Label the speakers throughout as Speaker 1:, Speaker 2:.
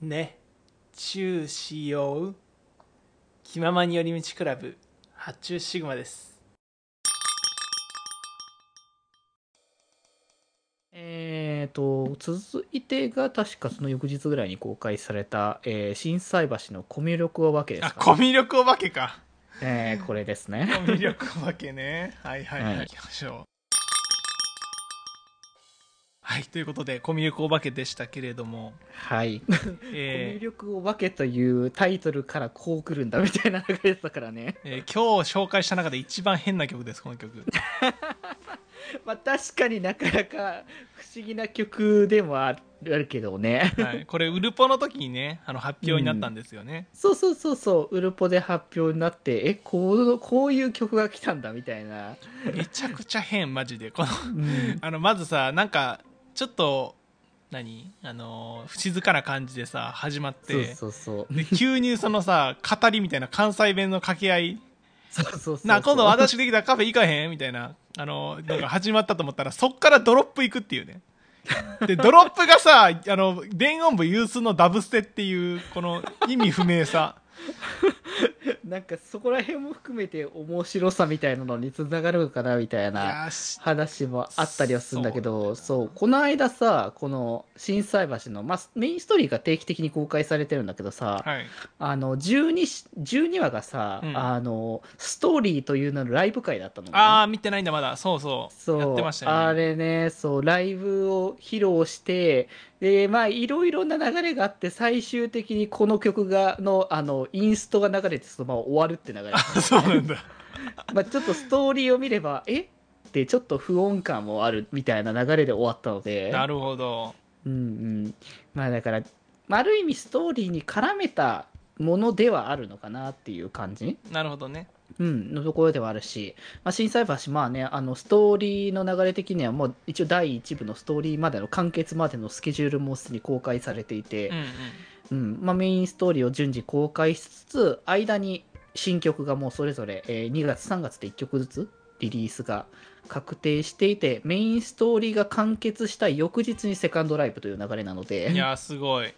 Speaker 1: ね、チューしよう。気ままに寄り道クラブ、発注シグマです。
Speaker 2: えー、と続いてが確かその翌日ぐらいに公開された「えー、震災橋のコミュ力お化け」です
Speaker 1: あ、
Speaker 2: か、
Speaker 1: コ
Speaker 2: ね
Speaker 1: ミュ力お化けか。
Speaker 2: えーこれですね
Speaker 1: コミュ力お化けね。はいはいはい、
Speaker 2: はい
Speaker 1: 行きましょう。はい、ということで、コミュ力お化けでしたけれども、
Speaker 2: はい、コミ
Speaker 1: え
Speaker 2: ュ
Speaker 1: ー
Speaker 2: 力お化けというタイトルからこう来るんだみたいな流れだったからね
Speaker 1: えー今日紹介した中で一番変な曲です、この曲。
Speaker 2: まあ確かになかなか不思議な曲でもあるけどね
Speaker 1: はい、これ、ウルポの時にね、あの発表になったんですよね。
Speaker 2: そうそうそうそうウルポで発表になってえこうこういう曲が来たんだみたいな、
Speaker 1: めちゃくちゃ変、マジで。この
Speaker 2: うん、
Speaker 1: あのまずさなんかちょっと何あのー静かな感じでさ始まっ
Speaker 2: そう
Speaker 1: て
Speaker 2: そうそう
Speaker 1: で急にそのさ語りみたいな関西弁の掛け合い
Speaker 2: そうそうそうそう
Speaker 1: な今度私できたらカフェ行かへんみたいなあのーなんか始まったと思ったらそっからドロップ行くっていうねでドロップがさあの電音部有数のダブステっていうこの意味不明さ
Speaker 2: なんかそこら辺も含めて面白さみたいなのにつながるのかなみたい
Speaker 1: い
Speaker 2: な
Speaker 1: やーし
Speaker 2: 話もあったりはするんだけど
Speaker 1: そ
Speaker 2: そうう
Speaker 1: なんだよな
Speaker 2: この間さこの心斎橋の、まあ、メインストーリーが定期的に公開されてるんだけどさ、
Speaker 1: はい
Speaker 2: あの 12, し12話がさ、
Speaker 1: うん
Speaker 2: あのストーリーという名のライブ会だったのね
Speaker 1: ああ見てないんだまだそうそう
Speaker 2: そう
Speaker 1: やってましたよね
Speaker 2: あれねそうライブを披露してでまあいろいろな流れがあって最終的にこの曲がのあのインストが流れてそのまま終わるって流れ
Speaker 1: あ そうなんだ
Speaker 2: まあ、ちょっとストーリーを見れば、えってちょっと不穏感もあるみたいな流れで終わったので、
Speaker 1: なるほど
Speaker 2: うんうん。まあだから、まあある意味ストーリーに絡めたものではあるのかなっていう感じ、
Speaker 1: なるほどね
Speaker 2: うん、のところではあるし、まあ、震災橋、まあね、あのストーリーの流れ的にはもう一応第1部のストーリーまでの完結までのスケジュールもすでに公開されていて、
Speaker 1: うんうん
Speaker 2: うんまあ、メインストーリーを順次公開しつつ間に新曲がもうそれぞれ、えー2月3月で1曲ずつリリースが確定していてメインストーリーが完結した翌日にセカンドライブという流れなので
Speaker 1: い
Speaker 2: ま
Speaker 1: やーすごい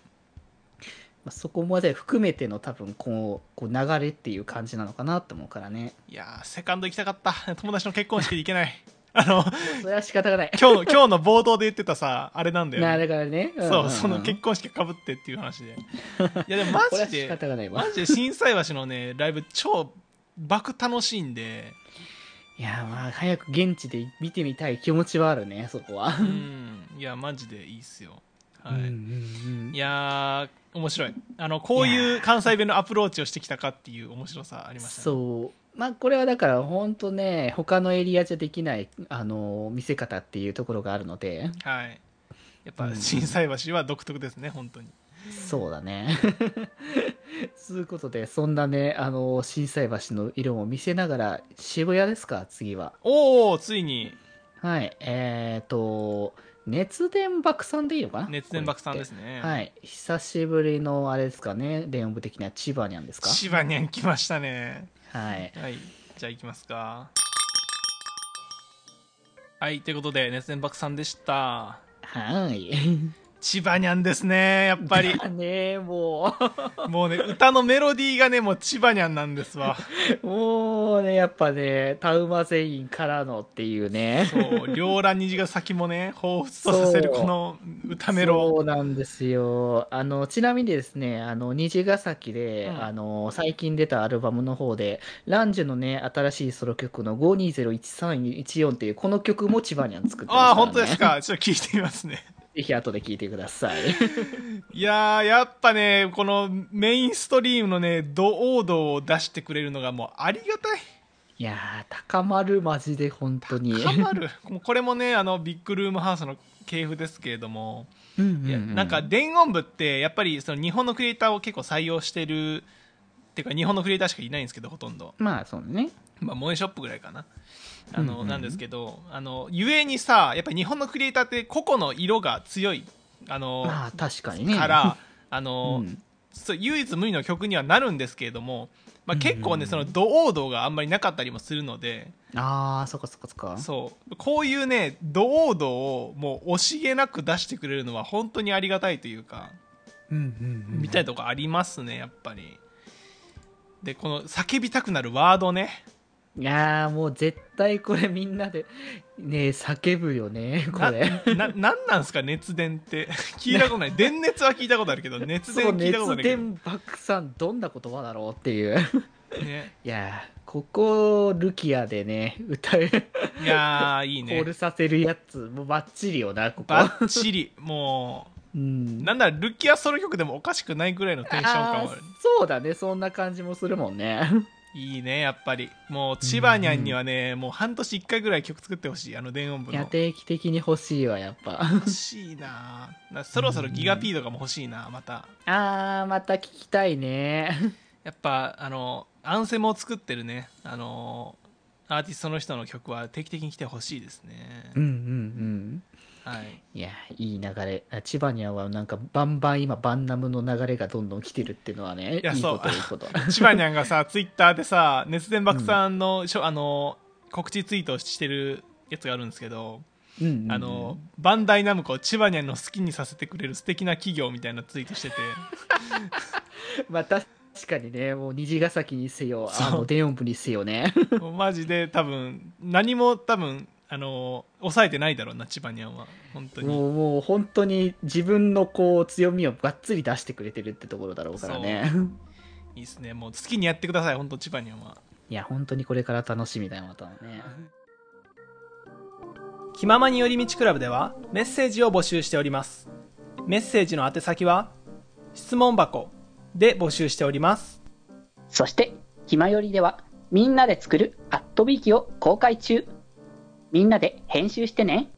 Speaker 2: あそこ まで含めての多分こうこう流れっていう感じなのかなと思うからね
Speaker 1: いやーセカンド行きたかった 友達の結婚式で行けない あの
Speaker 2: それは仕方 がない
Speaker 1: 今日の今日の冒頭で言ってたさあれなんだよ、
Speaker 2: なだからねん
Speaker 1: そ
Speaker 2: ん
Speaker 1: うんその結婚式かぶってっていう話 でいやでもマ
Speaker 2: これは
Speaker 1: ジ
Speaker 2: 仕
Speaker 1: で
Speaker 2: 方がないわ
Speaker 1: マジで心斎橋のねライブ超爆楽しいん で
Speaker 2: いやまあ早く現地で見てみたい気持ちはあるねそこは、
Speaker 1: うんいやマジでいいっすよはい、
Speaker 2: うんうん
Speaker 1: いやー面白いあのこういう関西弁のアプローチをしてきたかっていう面白さありましたね
Speaker 2: そうまあこれはだから本当ね他のエリアじゃできないあの見せ方っていうところがあるので
Speaker 1: はいやっ
Speaker 2: う
Speaker 1: ぱ
Speaker 2: ん
Speaker 1: 心斎橋は独特ですね本当に
Speaker 2: そうだね ということでそんなねあの心斎橋の色も見せながら渋谷ですか次は
Speaker 1: おおついに
Speaker 2: はいえーと熱電爆散でいいのかな
Speaker 1: 熱電爆散ですすね
Speaker 2: はい久しぶりのあれですかね電音部的には千葉にゃんですか
Speaker 1: 千葉にゃん来ましたね
Speaker 2: はい
Speaker 1: はいじゃあ行きますかはいということで熱電爆さんでした
Speaker 2: はい
Speaker 1: 千葉にゃんですねやっぱ り
Speaker 2: だねもう
Speaker 1: もうね歌のメロディーがねもう千葉にゃんなんですわ
Speaker 2: もうね、やっぱね、タウマ全員からのっていうね。
Speaker 1: そう両乱虹が先もね彷彿とさせる
Speaker 2: そう
Speaker 1: この歌メロ
Speaker 2: そうなんですよ。あの、ちなみにですね、あの、虹ヶ崎で、
Speaker 1: うん
Speaker 2: あの、最近出たアルバムの方で、ランジュのね、新しいソロ曲の5201314っていう、この曲も千葉にゃん作ってますから、ね。
Speaker 1: ああ本当です。かちょっと聞いてみますね
Speaker 2: ぜひ後で聴いてください。
Speaker 1: いやーやっぱねこのメインストリームのねド王道を出してくれるのがもうありがたい
Speaker 2: いやー、高まる、マジで、本当に。
Speaker 1: ハマるもうこれもねあのビッグルームハウスの系譜ですけれども、
Speaker 2: うんうんうん
Speaker 1: いやなんか、伝音部ってやっぱりその日本のクリエイターを結構採用してるっていうか日本のクリエイターしかいないんですけどほとんど
Speaker 2: まあ、そうね。
Speaker 1: まあ萌えショップぐらいかなあの、
Speaker 2: うんうん
Speaker 1: なんですけどあのゆえにさやっぱり日本のクリエイターって個々の色が強いあの、
Speaker 2: まあ、確かにね。
Speaker 1: から あの、
Speaker 2: うん
Speaker 1: そう唯一無二の曲にはなるんですけれども、まあ、結構ね、
Speaker 2: うん
Speaker 1: そ
Speaker 2: うんう
Speaker 1: の
Speaker 2: ん
Speaker 1: 土王道があんまりなかったりもするので、
Speaker 2: ああ、そっかそっかそっか。
Speaker 1: そうこういうね堂々をもう惜しげなく出してくれるのは本当にありがたいというかみたいなとこありますねやっぱりでこの叫びたくなるワードね
Speaker 2: いやーもう絶対これみんなでねえ叫ぶよねこ
Speaker 1: な
Speaker 2: れ
Speaker 1: ななんなんすか熱電って 聞いたことない電熱は聞いたことあるけど熱電
Speaker 2: そう
Speaker 1: は聞いたこと
Speaker 2: 熱
Speaker 1: ないけど、
Speaker 2: 伝爆散どんな言葉だろうっていう
Speaker 1: ね、
Speaker 2: いやーここルキアでね歌う
Speaker 1: いやーいい
Speaker 2: コー
Speaker 1: ね
Speaker 2: ルさせるやつもうバッチリよなここ
Speaker 1: バッチリも
Speaker 2: うん
Speaker 1: うなんならルキアソロ曲でもおかしくないぐらいのテンション感はあ
Speaker 2: あー
Speaker 1: る
Speaker 2: そうだねそんな感じもするもんね
Speaker 1: いいねやっぱりもう千葉にゃんにはね、もう半年1回ぐらい曲作ってほしいあの電音部
Speaker 2: いや
Speaker 1: の
Speaker 2: 定期的に欲しいわやっぱ
Speaker 1: 欲しいななそろそろギガ P とかも欲しいなまた
Speaker 2: あーまた聞きたいね
Speaker 1: やっぱあのアンセムを作ってるねあのアーティストの人の曲は定期的に来てほしいですね
Speaker 2: うんうんうん
Speaker 1: はい
Speaker 2: いやいい流れあ千葉にゃんはなんかバンバン今バンナムの流れがどんどん来てるっていうのはねいい
Speaker 1: やそう
Speaker 2: こといいこと
Speaker 1: 千葉にゃんがさツイッターでさ熱電爆さんの,、しょあの告知ツイートをしてるやつがあるんですけど、
Speaker 2: うんうんうん
Speaker 1: あのバンダイナムコを千葉にゃんの好きにさせてくれる素敵な企業みたいなツイート してて
Speaker 2: まあ確かにねもう虹ヶ崎にせよ
Speaker 1: そう
Speaker 2: あの電音部にせよね
Speaker 1: もうマジで多分何も多分あの抑えてないだろうな千葉にゃんは本当に
Speaker 2: もうもう本当に自分のこう強みをがっつり出してくれてるってところだろうからね
Speaker 1: いいですねもう好きにやってください本当千葉にゃんはい
Speaker 2: や本当にこれから楽しみだよまたね
Speaker 1: 気ままに寄り道クラブではメッセージを募集しておりますメッセージの宛先は質問箱で募集しております
Speaker 3: そして、ひまよりでは、みんなで作るアットビーキを公開中。みんなで編集してね。